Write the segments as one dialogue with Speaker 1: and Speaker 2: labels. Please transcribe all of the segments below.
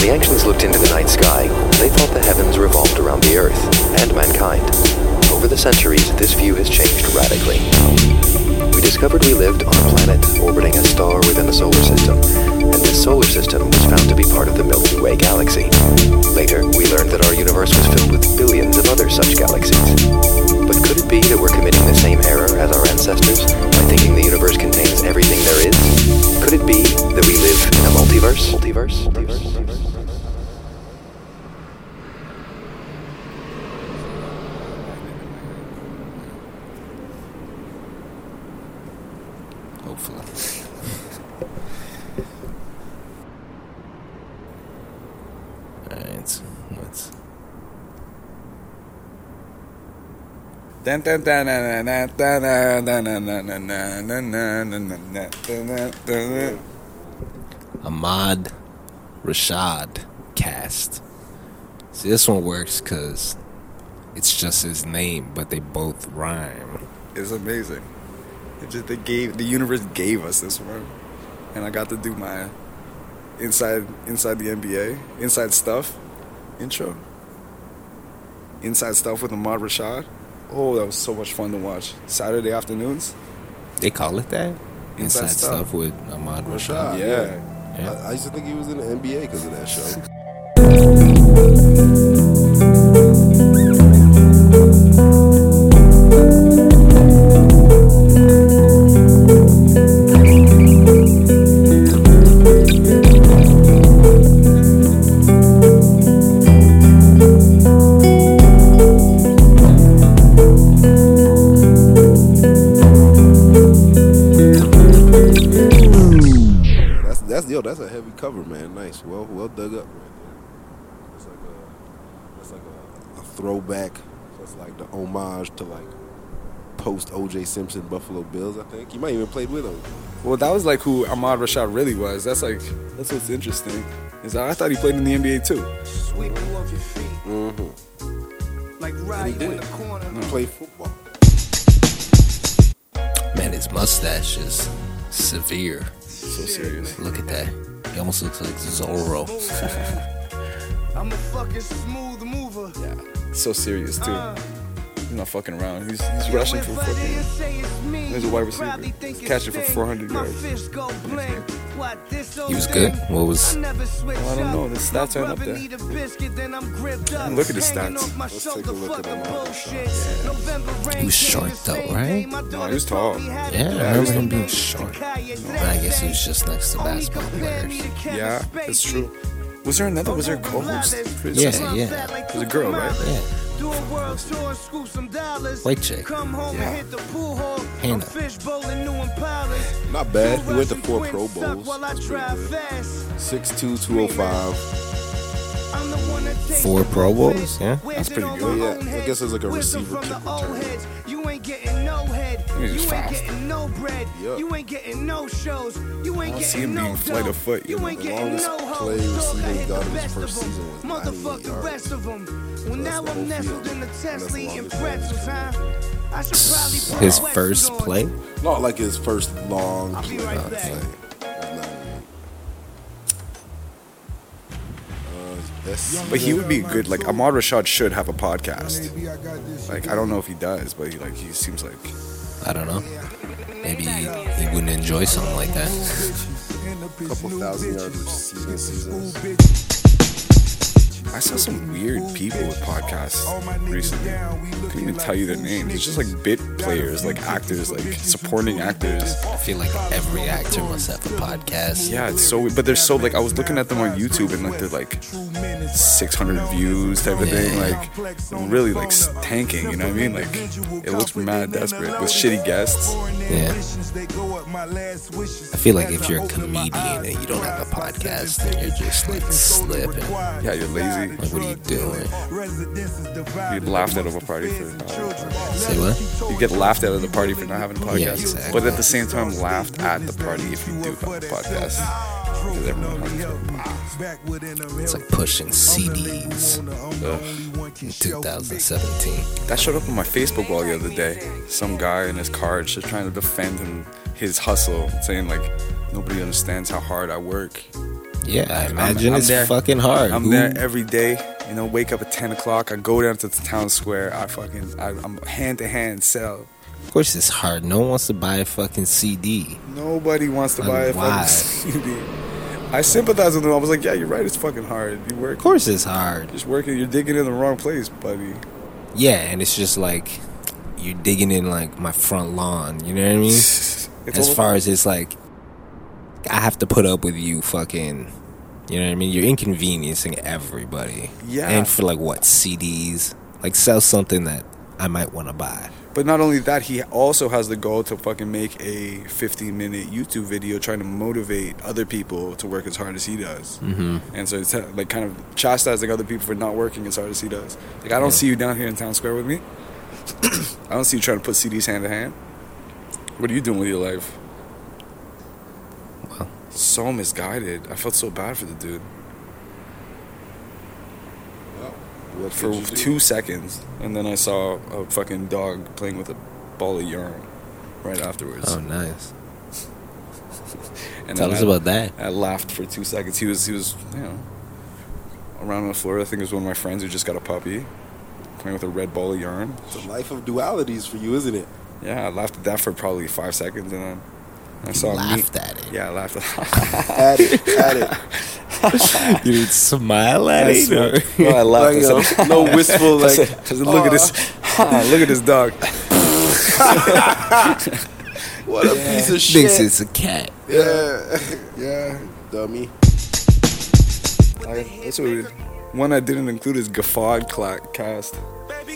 Speaker 1: the ancients looked into the night sky, they thought the heavens revolved around the Earth and mankind. Over the centuries, this view has changed radically. We discovered we lived on a planet orbiting a star within the solar system, and this solar system was found to be part of the Milky Way galaxy. Later, we learned that our universe was filled with billions of other such galaxies. But could it be that we're committing the same error as our ancestors by thinking the universe contains everything there is? Could it be that we live in a multiverse? Multiverse? Multiverse?
Speaker 2: Hopefully. Alright, let's.
Speaker 3: Dun, dun, dun, dun, dun, dun, dun, dun, dun, dun, dun, dun, dun, dun, dun, dun, dun, dun, dun.
Speaker 2: Ahmad Rashad cast. See, this one works because it's just his name, but they both rhyme.
Speaker 3: It's amazing. It just they gave the universe gave us this one, and I got to do my inside inside the NBA inside stuff intro. Inside stuff with Ahmad Rashad. Oh, that was so much fun to watch. Saturday afternoons.
Speaker 2: They call it that? Inside,
Speaker 3: Inside
Speaker 2: stuff.
Speaker 3: Stuff.
Speaker 2: with Ahmad Rashad.
Speaker 4: Rashad.
Speaker 3: Yeah.
Speaker 2: Yeah.
Speaker 4: I, I used to think he was in the NBA because of that show. That's that's yo. That's a heavy cover, man. Nice. Well, well dug up. Right there. That's like a that's like a, a throwback. That's like the homage to like post OJ Simpson Buffalo Bills. I think he might even played with him.
Speaker 3: Well, that was like who Ahmad Rashad really was. That's like that's what's interesting. Is that I thought he played in the NBA too.
Speaker 5: Sweep you off your feet.
Speaker 4: Mm-hmm.
Speaker 5: Like ride you in
Speaker 4: did.
Speaker 5: the corner.
Speaker 4: He played football.
Speaker 2: Man, his mustache is severe.
Speaker 3: So serious.
Speaker 2: Look at that. He almost looks like Zorro.
Speaker 5: I'm a fucking smooth mover.
Speaker 3: So serious too. He's not fucking around. He's, he's
Speaker 5: Yeah,
Speaker 3: rushing
Speaker 5: when
Speaker 3: for
Speaker 5: Buddy
Speaker 3: fucking.
Speaker 5: is saying it's me,
Speaker 3: He's a wide
Speaker 5: you
Speaker 3: receiver.
Speaker 5: probably think
Speaker 3: He's catching
Speaker 5: it's
Speaker 3: for
Speaker 5: Sting.
Speaker 3: 400
Speaker 5: My
Speaker 3: yards.
Speaker 5: fists go blank. What, this
Speaker 2: He was
Speaker 5: old
Speaker 2: good.
Speaker 5: thing?
Speaker 2: What was
Speaker 5: Oh, I never switch
Speaker 3: I don't
Speaker 5: up.
Speaker 3: know. The stats
Speaker 5: My
Speaker 3: aren't up
Speaker 5: brother
Speaker 3: there.
Speaker 5: need a biscuit, then I'm gripped up.
Speaker 3: Look at the
Speaker 5: Hanging
Speaker 3: stats.
Speaker 5: off my
Speaker 4: Let's
Speaker 5: shoulder,
Speaker 4: take a look at
Speaker 5: fucking
Speaker 4: him.
Speaker 5: bullshit. November rain
Speaker 2: He was
Speaker 5: came
Speaker 2: short
Speaker 5: the
Speaker 2: though,
Speaker 5: same
Speaker 2: right?
Speaker 5: day. My daughter
Speaker 3: he was
Speaker 5: told
Speaker 3: tall.
Speaker 5: me how to
Speaker 2: Yeah,
Speaker 5: do
Speaker 2: I remember
Speaker 5: it.
Speaker 2: him being short. But I guess he was just next to
Speaker 5: Only
Speaker 2: basketball
Speaker 5: compare me
Speaker 2: players.
Speaker 5: to Kevin
Speaker 3: Yeah, that's
Speaker 5: Spacey.
Speaker 3: true. Was there another? Was there a co-host?
Speaker 2: Yeah,
Speaker 3: Chris?
Speaker 2: yeah.
Speaker 3: was a girl, right?
Speaker 2: Yeah.
Speaker 5: Do a world tour and scoop some dollars.
Speaker 2: White chick.
Speaker 5: Come home
Speaker 3: Yeah.
Speaker 5: and hit the pool hall.
Speaker 2: Hannah.
Speaker 5: I'm fish bowling new Impalas.
Speaker 4: Not bad. He went to
Speaker 5: Two
Speaker 4: four
Speaker 5: Russian
Speaker 4: Pro
Speaker 5: twins suck
Speaker 4: Bowls.
Speaker 5: While I
Speaker 4: That's pretty
Speaker 5: drive
Speaker 4: good.
Speaker 5: fast.
Speaker 4: 6'2", 205.
Speaker 5: I'm the one that takes
Speaker 2: Four
Speaker 5: the
Speaker 2: Pro
Speaker 5: bullshit.
Speaker 2: Bowls? Yeah.
Speaker 5: Wears it
Speaker 3: pretty
Speaker 5: on
Speaker 4: good.
Speaker 5: my
Speaker 4: Yeah,
Speaker 5: own
Speaker 4: I
Speaker 5: head.
Speaker 4: guess it's like a
Speaker 5: Wisdom
Speaker 4: receiver
Speaker 5: from
Speaker 4: kick
Speaker 5: the old
Speaker 4: return.
Speaker 5: heads. You ain't getting no head.
Speaker 3: He's
Speaker 5: You ain't
Speaker 3: fast.
Speaker 5: getting no bread.
Speaker 4: Yeah.
Speaker 5: You ain't getting no shows. You ain't
Speaker 3: don't see
Speaker 5: getting
Speaker 3: him
Speaker 5: no
Speaker 3: being flight
Speaker 5: dough.
Speaker 3: of foot, you
Speaker 5: You
Speaker 3: know.
Speaker 5: ain't
Speaker 4: The
Speaker 5: getting
Speaker 4: longest
Speaker 5: no
Speaker 4: play
Speaker 5: hoes. Dog, I
Speaker 4: receiving
Speaker 5: hit
Speaker 4: guard
Speaker 5: the
Speaker 4: in his
Speaker 5: best
Speaker 4: first
Speaker 5: of
Speaker 4: season
Speaker 5: them.
Speaker 4: was
Speaker 5: Motherfuck
Speaker 4: 98
Speaker 5: the
Speaker 4: yards.
Speaker 5: rest of them. Well,
Speaker 4: That's
Speaker 5: now
Speaker 4: the
Speaker 5: I'm
Speaker 4: whole
Speaker 5: nestled
Speaker 4: field.
Speaker 5: in the
Speaker 4: That's the
Speaker 5: Tesla and
Speaker 4: longest play in
Speaker 5: pretzels,
Speaker 4: his
Speaker 5: huh? I should probably put
Speaker 2: His
Speaker 5: sweats
Speaker 2: first
Speaker 5: on.
Speaker 2: play?
Speaker 4: Not like his first long
Speaker 5: I'll be
Speaker 4: play.
Speaker 5: right
Speaker 4: Not
Speaker 5: back.
Speaker 4: play. Uh, that's-
Speaker 3: But he would be good. Like Ahmad Rashad should have a podcast. Like I don't know if he does, but he like he seems like
Speaker 2: I don't know. Maybe he, he wouldn't enjoy something like that.
Speaker 4: couple thousand yards receiving seasons.
Speaker 3: I saw some weird people with podcasts recently. Couldn't even tell you their names. It's just like bit players, like actors, like supporting actors.
Speaker 2: I feel like every actor must have a podcast.
Speaker 3: Yeah, it's so. But they're so like I was looking at them on YouTube and like they're like 600 views type of thing. Like really like s- tanking. You know what I mean? Like it looks mad desperate with shitty guests.
Speaker 2: Yeah. I feel like if you're a comedian and you don't have a podcast, then you're just like slipping.
Speaker 3: Yeah, you're lazy.
Speaker 2: Like, what are you doing?
Speaker 3: You get laughed out of a party for. uh,
Speaker 2: Say what?
Speaker 3: You get laughed at at the party for not having a podcast,
Speaker 2: Yeah, exactly.
Speaker 3: but at the same time laughed at the party if you do have a podcast. 'Cause everyone has a
Speaker 2: It's like pushing CDs in 2017.
Speaker 3: That showed up on my Facebook wall the other day. Some guy in his car just trying to defend him, his hustle, saying like, nobody understands how hard I work.
Speaker 2: Yeah, I imagine
Speaker 3: I'm
Speaker 2: it's
Speaker 3: there.
Speaker 2: fucking hard.
Speaker 3: I'm
Speaker 2: Who-
Speaker 3: there every day. You know, wake up at ten o'clock. I go down to the town square. I fucking I, I'm hand to hand sell.
Speaker 2: of course, it's hard. No one wants to buy a fucking CD.
Speaker 3: Nobody wants to
Speaker 2: Like,
Speaker 3: buy a
Speaker 2: why?
Speaker 3: fucking CD. I sympathize with them. I was like, yeah, you're right. It's fucking hard. You work.
Speaker 2: Of course, it's hard.
Speaker 3: Just working. You're digging in the wrong place, buddy.
Speaker 2: Yeah, and it's just like you're digging in like my front lawn. You know what I mean?
Speaker 3: It's
Speaker 2: as
Speaker 3: almost-
Speaker 2: far as it's like I have to put up with you fucking you know what I mean? You're inconveniencing everybody.
Speaker 3: Yeah.
Speaker 2: And for like what, CDs? Like sell something that I might want to buy.
Speaker 3: But not only that, he also has the goal to fucking make a 15 minute YouTube video trying to motivate other people to work as hard as he does. Mm-hmm. And so it's uh, like kind of chastising other people for not working as hard as he does. Like, I don't see you down here in town square with me. I don't see you trying to put CDs hand to hand. What are you doing with your life?
Speaker 2: Well.
Speaker 3: So misguided. I felt so bad for the dude.
Speaker 4: What
Speaker 3: for
Speaker 4: could you do?
Speaker 3: two seconds, and then I saw a fucking dog playing with a ball of yarn right afterwards.
Speaker 2: Oh, nice.
Speaker 3: and
Speaker 2: Tell
Speaker 3: then
Speaker 2: us
Speaker 3: I,
Speaker 2: about that.
Speaker 3: I laughed for two seconds. He was he was you know around on the floor. I think it was one of my friends who just got a puppy playing with a red ball of yarn.
Speaker 4: It's a life of dualities for you, isn't it?
Speaker 3: Yeah, I laughed at that for probably five seconds, and then I saw a meme-
Speaker 2: Laughed at it.
Speaker 3: Yeah, I laughed at
Speaker 4: At it, at it.
Speaker 2: You didn't smile at
Speaker 3: it.
Speaker 2: it.
Speaker 3: Well, I laughed. I
Speaker 4: Like,
Speaker 3: said,
Speaker 4: uh, no wistful,
Speaker 3: I
Speaker 4: like,
Speaker 3: said, I said, look at this, look at this dog.
Speaker 4: what a piece of
Speaker 2: Thinks
Speaker 4: shit.
Speaker 2: it's a cat.
Speaker 4: Yeah.
Speaker 3: Yeah.
Speaker 4: Dummy.
Speaker 3: I, that's what we did. One I didn't include is guffawed cla- cast.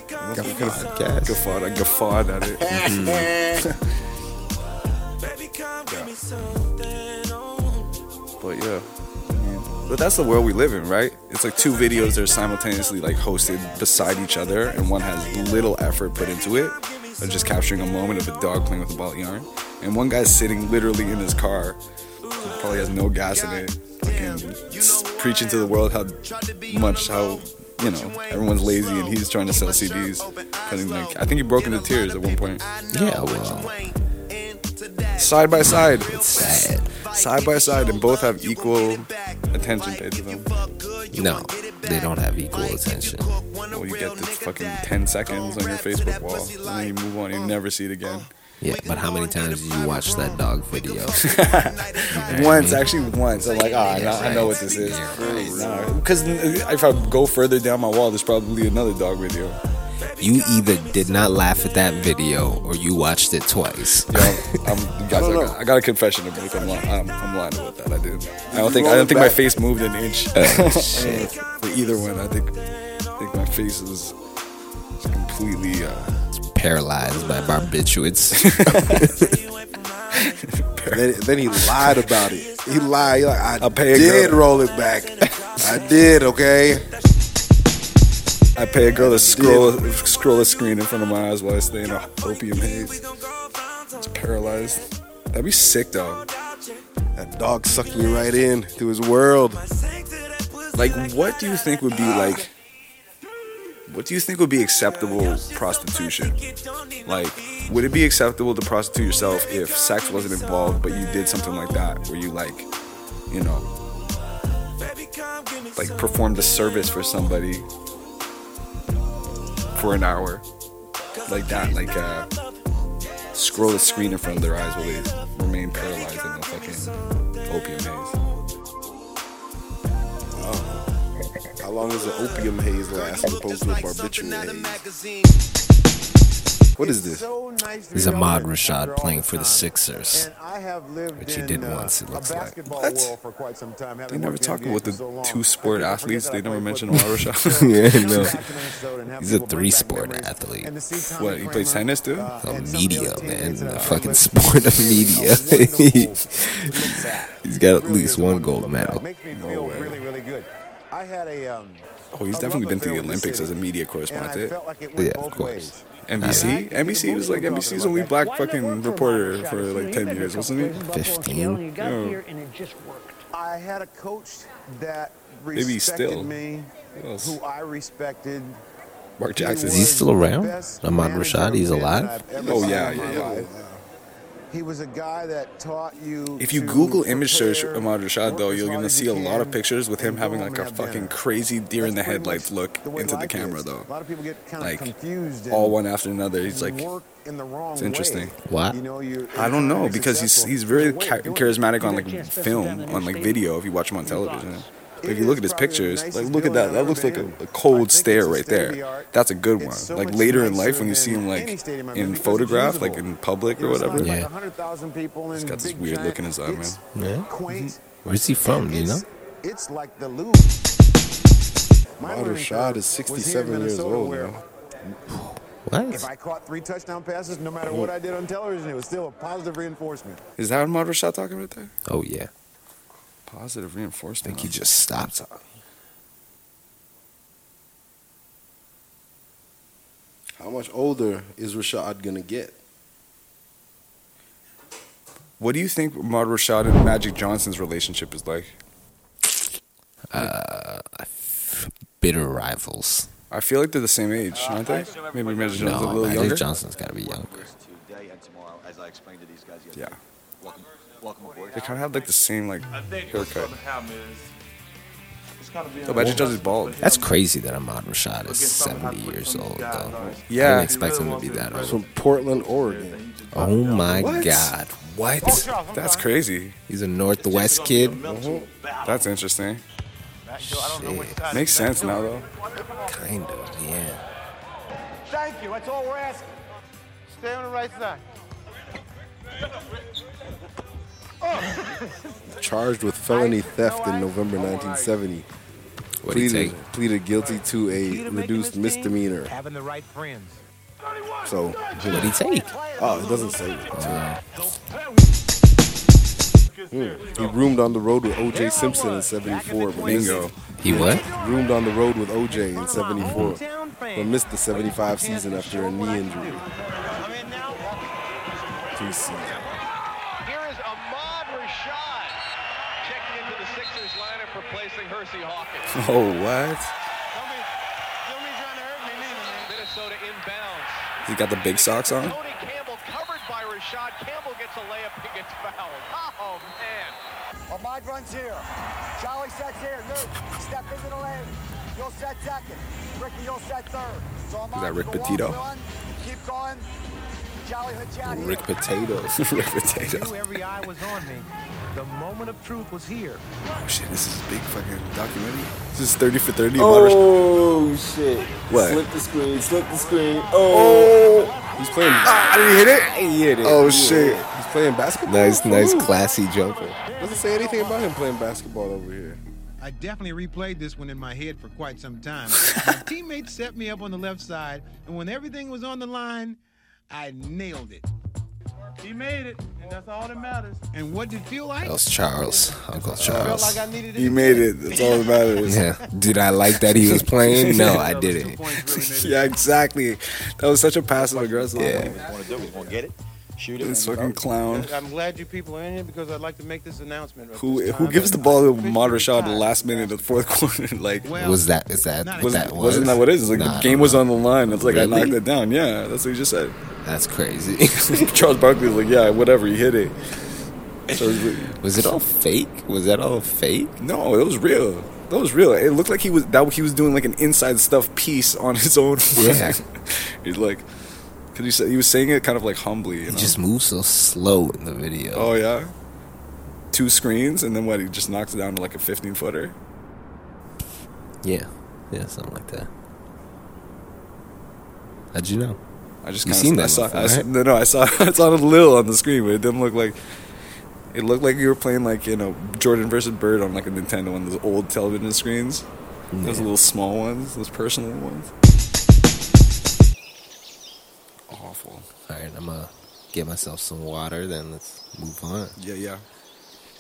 Speaker 3: Guffawed cast. Guffawed. I guffawed at it. Mm-hmm. But yeah. But that's the world we live in, right? It's like two videos that are simultaneously like hosted beside each other, and one has little effort put into it, of just capturing a moment of a dog playing with a ball of yarn, and one guy's sitting literally in his car, probably has no gas in it, fucking s- preaching to the world how much how you know everyone's lazy, and he's trying to sell CDs. I think like I think he broke into tears at one point.
Speaker 2: Yeah, well,
Speaker 3: Side by side,
Speaker 2: sad.
Speaker 3: side by side, and both have equal attention paid to them.
Speaker 2: No, they don't have equal attention.
Speaker 3: Well, you get this fucking 10 seconds on your Facebook wall, and then you move on, you never see it again.
Speaker 2: Yeah, but how many times did you watch that dog video?
Speaker 3: Once, actually, once. I'm like, ah, I know, I know what this is. Because if I go further down my wall, there's probably another dog video.
Speaker 2: You either did not laugh at that video or you watched it twice.
Speaker 3: Yo, I'm, you guys, I,
Speaker 4: don't
Speaker 3: got, I got a confession to make. I'm, li- I'm, I'm lying about that. I didn't. I don't think. I don't
Speaker 4: roll it
Speaker 3: think my
Speaker 4: back? Oh,
Speaker 3: face moved an inch. Oh,
Speaker 2: shit.
Speaker 3: For either one, I think. I think my face was completely uh,
Speaker 2: Paralyzed by barbiturates.
Speaker 4: Then, then he lied about it. He lied. He like, I
Speaker 3: I'll pay a
Speaker 4: did
Speaker 3: girl.
Speaker 4: roll it back. I did, okay?
Speaker 3: I pay a girl to scroll scroll a screen in front of my eyes while I stay in a opium haze. It's paralyzed. That'd be sick though.
Speaker 4: That dog sucked me right in to his world.
Speaker 3: Like, what do you think would be like? What do you think would be acceptable prostitution? Like, would it be acceptable to prostitute yourself if sex wasn't involved, but you did something like that, where you like, you know, like performed a service for somebody for an hour, like that, like uh, scroll the screen in front of their eyes while they remain paralyzed in a fucking opium haze.
Speaker 4: How long does an opium haze last as opposed to a barbiturate haze? What is this?
Speaker 2: There's Ahmad Rashad playing for the Sixers.
Speaker 6: I have lived
Speaker 2: Which he did once, it looks like.
Speaker 3: What?
Speaker 6: for quite some time.
Speaker 3: They never talk about the two sport athletes. They never mention Amara Rashad.
Speaker 2: yeah, no.
Speaker 6: no.
Speaker 2: He's a three-sport athlete.
Speaker 3: What, he plays tennis, too?
Speaker 2: Oh, media, man. The fucking sport of media. He's got at least one gold medal.
Speaker 6: Makes me feel
Speaker 3: way.
Speaker 6: really, really good. I had a. Um,
Speaker 3: Oh, he's
Speaker 6: a
Speaker 3: definitely
Speaker 6: love
Speaker 3: been to the
Speaker 6: affair with
Speaker 3: Olympics
Speaker 6: city,
Speaker 3: as a media
Speaker 6: and I
Speaker 3: correspondent.
Speaker 6: felt like it went
Speaker 2: Yeah, of
Speaker 6: both
Speaker 2: course.
Speaker 6: ways.
Speaker 3: NBC? NBC was like NBC's only black fucking reporter for like 10 years, wasn't he?
Speaker 2: 15.
Speaker 7: You got
Speaker 3: Yeah.
Speaker 7: here and it just worked.
Speaker 6: I had a coach that
Speaker 3: Maybe
Speaker 6: respected
Speaker 3: still.
Speaker 6: me,
Speaker 3: Who else?
Speaker 6: who I respected.
Speaker 3: Mark Jackson.
Speaker 2: Is he still around? Ahmad Rashad, he's alive?
Speaker 3: Oh, yeah, yeah, yeah.
Speaker 6: He was a guy that taught you.
Speaker 3: If you
Speaker 6: to
Speaker 3: Google image search
Speaker 6: prepare,
Speaker 3: Ahmad Rashad,
Speaker 6: work
Speaker 3: though,
Speaker 6: as
Speaker 3: you're
Speaker 6: hard
Speaker 3: gonna
Speaker 6: as
Speaker 3: see a
Speaker 6: you
Speaker 3: lot of
Speaker 6: can,
Speaker 3: pictures with him
Speaker 6: and
Speaker 3: having
Speaker 6: go
Speaker 3: like
Speaker 6: home
Speaker 3: a
Speaker 6: and have
Speaker 3: fucking
Speaker 6: dinner.
Speaker 3: crazy deer
Speaker 6: That's
Speaker 3: in the
Speaker 6: pretty
Speaker 3: headlights
Speaker 6: much
Speaker 3: look
Speaker 6: way
Speaker 3: into the
Speaker 6: life
Speaker 3: camera,
Speaker 6: is.
Speaker 3: though.
Speaker 6: A lot of people get kind of
Speaker 3: Like
Speaker 6: confused. and
Speaker 3: all one after another. He's
Speaker 6: you
Speaker 3: like,
Speaker 6: work in the wrong
Speaker 3: it's interesting.
Speaker 6: way.
Speaker 2: What?
Speaker 6: You know, you're,
Speaker 3: I don't know because he's he's very cha- charismatic on like
Speaker 7: Get a chance to
Speaker 3: film,
Speaker 7: sit down
Speaker 3: on like
Speaker 7: and
Speaker 3: video. If you watch him on
Speaker 7: in the
Speaker 3: television,
Speaker 7: box.
Speaker 3: But if you look at his pictures, like look at that. That looks like a, a
Speaker 6: I
Speaker 3: cold
Speaker 6: think
Speaker 3: stare
Speaker 6: it's a
Speaker 3: right there.
Speaker 6: state-of-the-art.
Speaker 3: That's a good one.
Speaker 6: It's so
Speaker 3: Like
Speaker 6: much
Speaker 3: later in
Speaker 6: nicer
Speaker 3: life, when you
Speaker 6: than
Speaker 3: see him
Speaker 6: any
Speaker 3: like
Speaker 6: stadium I've been
Speaker 3: in
Speaker 6: because it's
Speaker 3: photograph, like
Speaker 6: usable.
Speaker 3: in public or
Speaker 6: It's
Speaker 3: whatever.
Speaker 6: like
Speaker 2: Yeah.
Speaker 6: 100,000 people
Speaker 3: He's
Speaker 6: in
Speaker 3: got this
Speaker 6: big
Speaker 3: weird
Speaker 6: giant-
Speaker 3: look in his eye,
Speaker 6: it's
Speaker 2: Yeah.
Speaker 6: quaint.
Speaker 2: Where's he from? Do you know?
Speaker 6: It's- It's like the Louvre. My
Speaker 4: Modern
Speaker 6: learning
Speaker 4: Shad is
Speaker 6: curve was here in
Speaker 4: 67 years
Speaker 6: Minnesota
Speaker 4: old,
Speaker 6: where
Speaker 4: man.
Speaker 6: If
Speaker 2: What?
Speaker 6: I caught three touchdown passes, no matter what I did on television, it was still a positive reinforcement.
Speaker 3: Is that Ahmad Rashad talking right there?
Speaker 2: Oh yeah.
Speaker 3: Positive reinforcement.
Speaker 2: think he just stopped talking.
Speaker 4: How much older is Rashad gonna get?
Speaker 3: What do you think Ahmad Rashad and Magic Johnson's relationship is like?
Speaker 2: Bitter rivals.
Speaker 3: I feel like they're the same age,
Speaker 6: Uh,
Speaker 3: aren't they? Maybe Magic Johnson's a
Speaker 2: No,
Speaker 3: little
Speaker 2: Magic
Speaker 3: younger.
Speaker 2: Johnson's got to be younger.
Speaker 8: today and tomorrow, as I explained to these guys yesterday.
Speaker 3: Yeah,
Speaker 8: Welcome, welcome aboard.
Speaker 3: they kind of have like the same like
Speaker 9: I think what's
Speaker 3: haircut.
Speaker 9: gonna happen is it's gonna be.
Speaker 3: So Magic Johnson's bald.
Speaker 2: That's crazy that Ahmad Rashad is 70 years old, though. I
Speaker 3: Yeah.
Speaker 2: didn't expect him to be that
Speaker 4: He's
Speaker 2: old.
Speaker 4: from Portland, Oregon.
Speaker 2: Oh my
Speaker 3: What?
Speaker 2: God. What?
Speaker 3: That's crazy.
Speaker 2: He's a Northwest kid?
Speaker 3: That's interesting.
Speaker 2: Shit.
Speaker 3: Makes sense now though.
Speaker 2: Kind of, yeah.
Speaker 5: Thank you. That's all we're asking. Stay on the right side.
Speaker 4: Charged with felony theft in November 1970.
Speaker 2: What do you
Speaker 4: Pleaded,
Speaker 2: take?
Speaker 4: pleaded guilty to a reduced misdemeanor.
Speaker 5: Having the right friends.
Speaker 4: So, you
Speaker 2: What
Speaker 4: know.
Speaker 2: do you take?
Speaker 4: Oh, it doesn't say. Hmm. He roomed on the road with O.J. Simpson in 74. but missed-
Speaker 3: Bingo.
Speaker 2: He what?
Speaker 4: Roomed on the road with O.J. in 74,
Speaker 5: Hometown
Speaker 4: but
Speaker 5: fan.
Speaker 4: missed the 75 season after a knee injury.
Speaker 5: I'm in now.
Speaker 4: Two seasons.
Speaker 10: Here is Ahmad Rashad checking into the Sixers lineup, replacing Hersey Hawkins.
Speaker 3: Oh what?
Speaker 10: Don't be, don't be trying to hurt me neither, man. Minnesota inbounds.
Speaker 3: He got the big socks on.
Speaker 10: Tony Campbell covered by Rashad. Campbell gets a layup and gets fouled. Oh, man.
Speaker 5: Ahmad runs here. Charlie sets here. Luke, step into the lane. You'll set second. Ricky, you'll set third. So Ahmad,
Speaker 3: that Rick
Speaker 5: you go off
Speaker 3: Pitino?
Speaker 5: run, Keep going. Jolly hooks you out
Speaker 2: Rick
Speaker 5: here.
Speaker 2: Potatoes.
Speaker 3: Red potato.
Speaker 5: Knew every eye was on me. The moment of truth was here.
Speaker 3: Oh shit, this is a big fucking documentary. This is 30 for 30. Ahmad Rashad-
Speaker 7: Oh shit!
Speaker 3: What?
Speaker 7: Slip the screen. Slip the screen. Oh.
Speaker 4: He's playing.
Speaker 3: Ah, did he hit it?
Speaker 4: He hit it.
Speaker 3: Oh,
Speaker 4: Yeah.
Speaker 3: shit.
Speaker 4: He's playing basketball.
Speaker 2: Nice, nice,
Speaker 4: Ooh.
Speaker 2: classy jumper.
Speaker 4: Doesn't say anything about him playing basketball over here.
Speaker 5: I definitely replayed this one in my head for quite some time. my teammates set me up on the left side, and when everything was on the line, I nailed it.
Speaker 9: He made it, and that's all that matters.
Speaker 5: And what did it feel like?
Speaker 2: That was Charles. Uncle
Speaker 5: Felt
Speaker 2: Charles.
Speaker 5: like
Speaker 3: Uh,
Speaker 5: I needed
Speaker 3: He made it. That's all that matters.
Speaker 2: Yeah. Did I like that he was playing? No, I didn't.
Speaker 3: Yeah, exactly. That was such a passive aggressive.
Speaker 2: Yeah.
Speaker 8: Want to do it? Want to get it? Shoot it.
Speaker 3: This fucking clown.
Speaker 5: I'm glad you people are in here because I'd like to make this announcement.
Speaker 3: Who who gives the ball to Modern Shot the last minute of the fourth quarter? Like,
Speaker 2: Was that, is that,
Speaker 3: was,
Speaker 2: that was?
Speaker 3: wasn't that what it is? It's like
Speaker 2: Nah,
Speaker 3: the
Speaker 2: I
Speaker 3: game
Speaker 2: don't
Speaker 3: was
Speaker 2: know.
Speaker 3: on the line. It's like I
Speaker 2: Really?
Speaker 3: knocked it down. Yeah, that's what you just said.
Speaker 2: That's crazy.
Speaker 3: Charles Barkley's like, yeah, whatever. He hit it. So it's like-
Speaker 2: was it all fake? Was that all fake?
Speaker 3: No, that was real. That was real. It looked like he was that he was doing like an inside stuff piece on his own.
Speaker 2: Yeah.
Speaker 3: he's like, because he said he was saying it kind of like humbly. You
Speaker 2: He
Speaker 3: know?
Speaker 2: just moves so slow in the video.
Speaker 3: oh yeah, two screens and then what? He just knocks it down to like a fifteen footer.
Speaker 2: Yeah, yeah, something like that. How'd you know?
Speaker 3: I just
Speaker 2: You
Speaker 3: kind
Speaker 2: seen that
Speaker 3: I saw,
Speaker 2: before,
Speaker 3: I, saw-
Speaker 2: right?
Speaker 3: No, no, I saw I saw it a little on the screen, but it didn't look like. It looked like you were playing like you know Jordan versus Bird on like a Nintendo one of those old television screens. Those
Speaker 2: Yeah.
Speaker 3: little small ones, those personal ones. Awful.
Speaker 2: All right, I'm gonna get myself some water. Then let's move on.
Speaker 3: Yeah, yeah.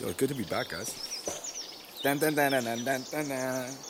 Speaker 3: Yo, good to be back, guys. Dun, dun, dun, dun, dun, dun, dun, dun.